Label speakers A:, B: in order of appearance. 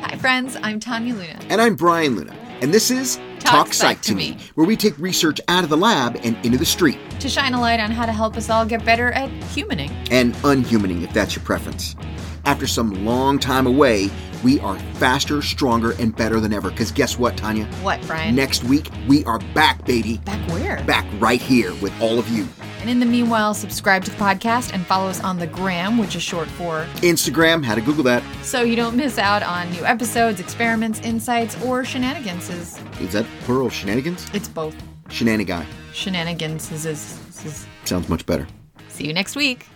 A: Hi, friends. I'm Tanya Luna.
B: And I'm Brian Luna, and this is Talk, Psych, to me, where we take research out of the lab and into the street,
A: To shine a light on how to help us all get better at humaning.
B: and unhumaning if that's your preference. After some long time away, we are faster, stronger, and better than ever. Because guess what, Tanya?
A: What, Brian?
B: Next week, we are back, baby.
A: Back where?
B: Back right here with all of you.
A: And in the meanwhile, subscribe to the podcast and follow us on the gram, which is short for
B: Instagram, how to Google that.
A: so you don't miss out on new episodes, experiments, insights, or shenanigans.
B: Is that plural? Shenanigans?
A: It's both
B: Shenanigan.
A: shenanigans.
B: Sounds much better.
A: See you next week.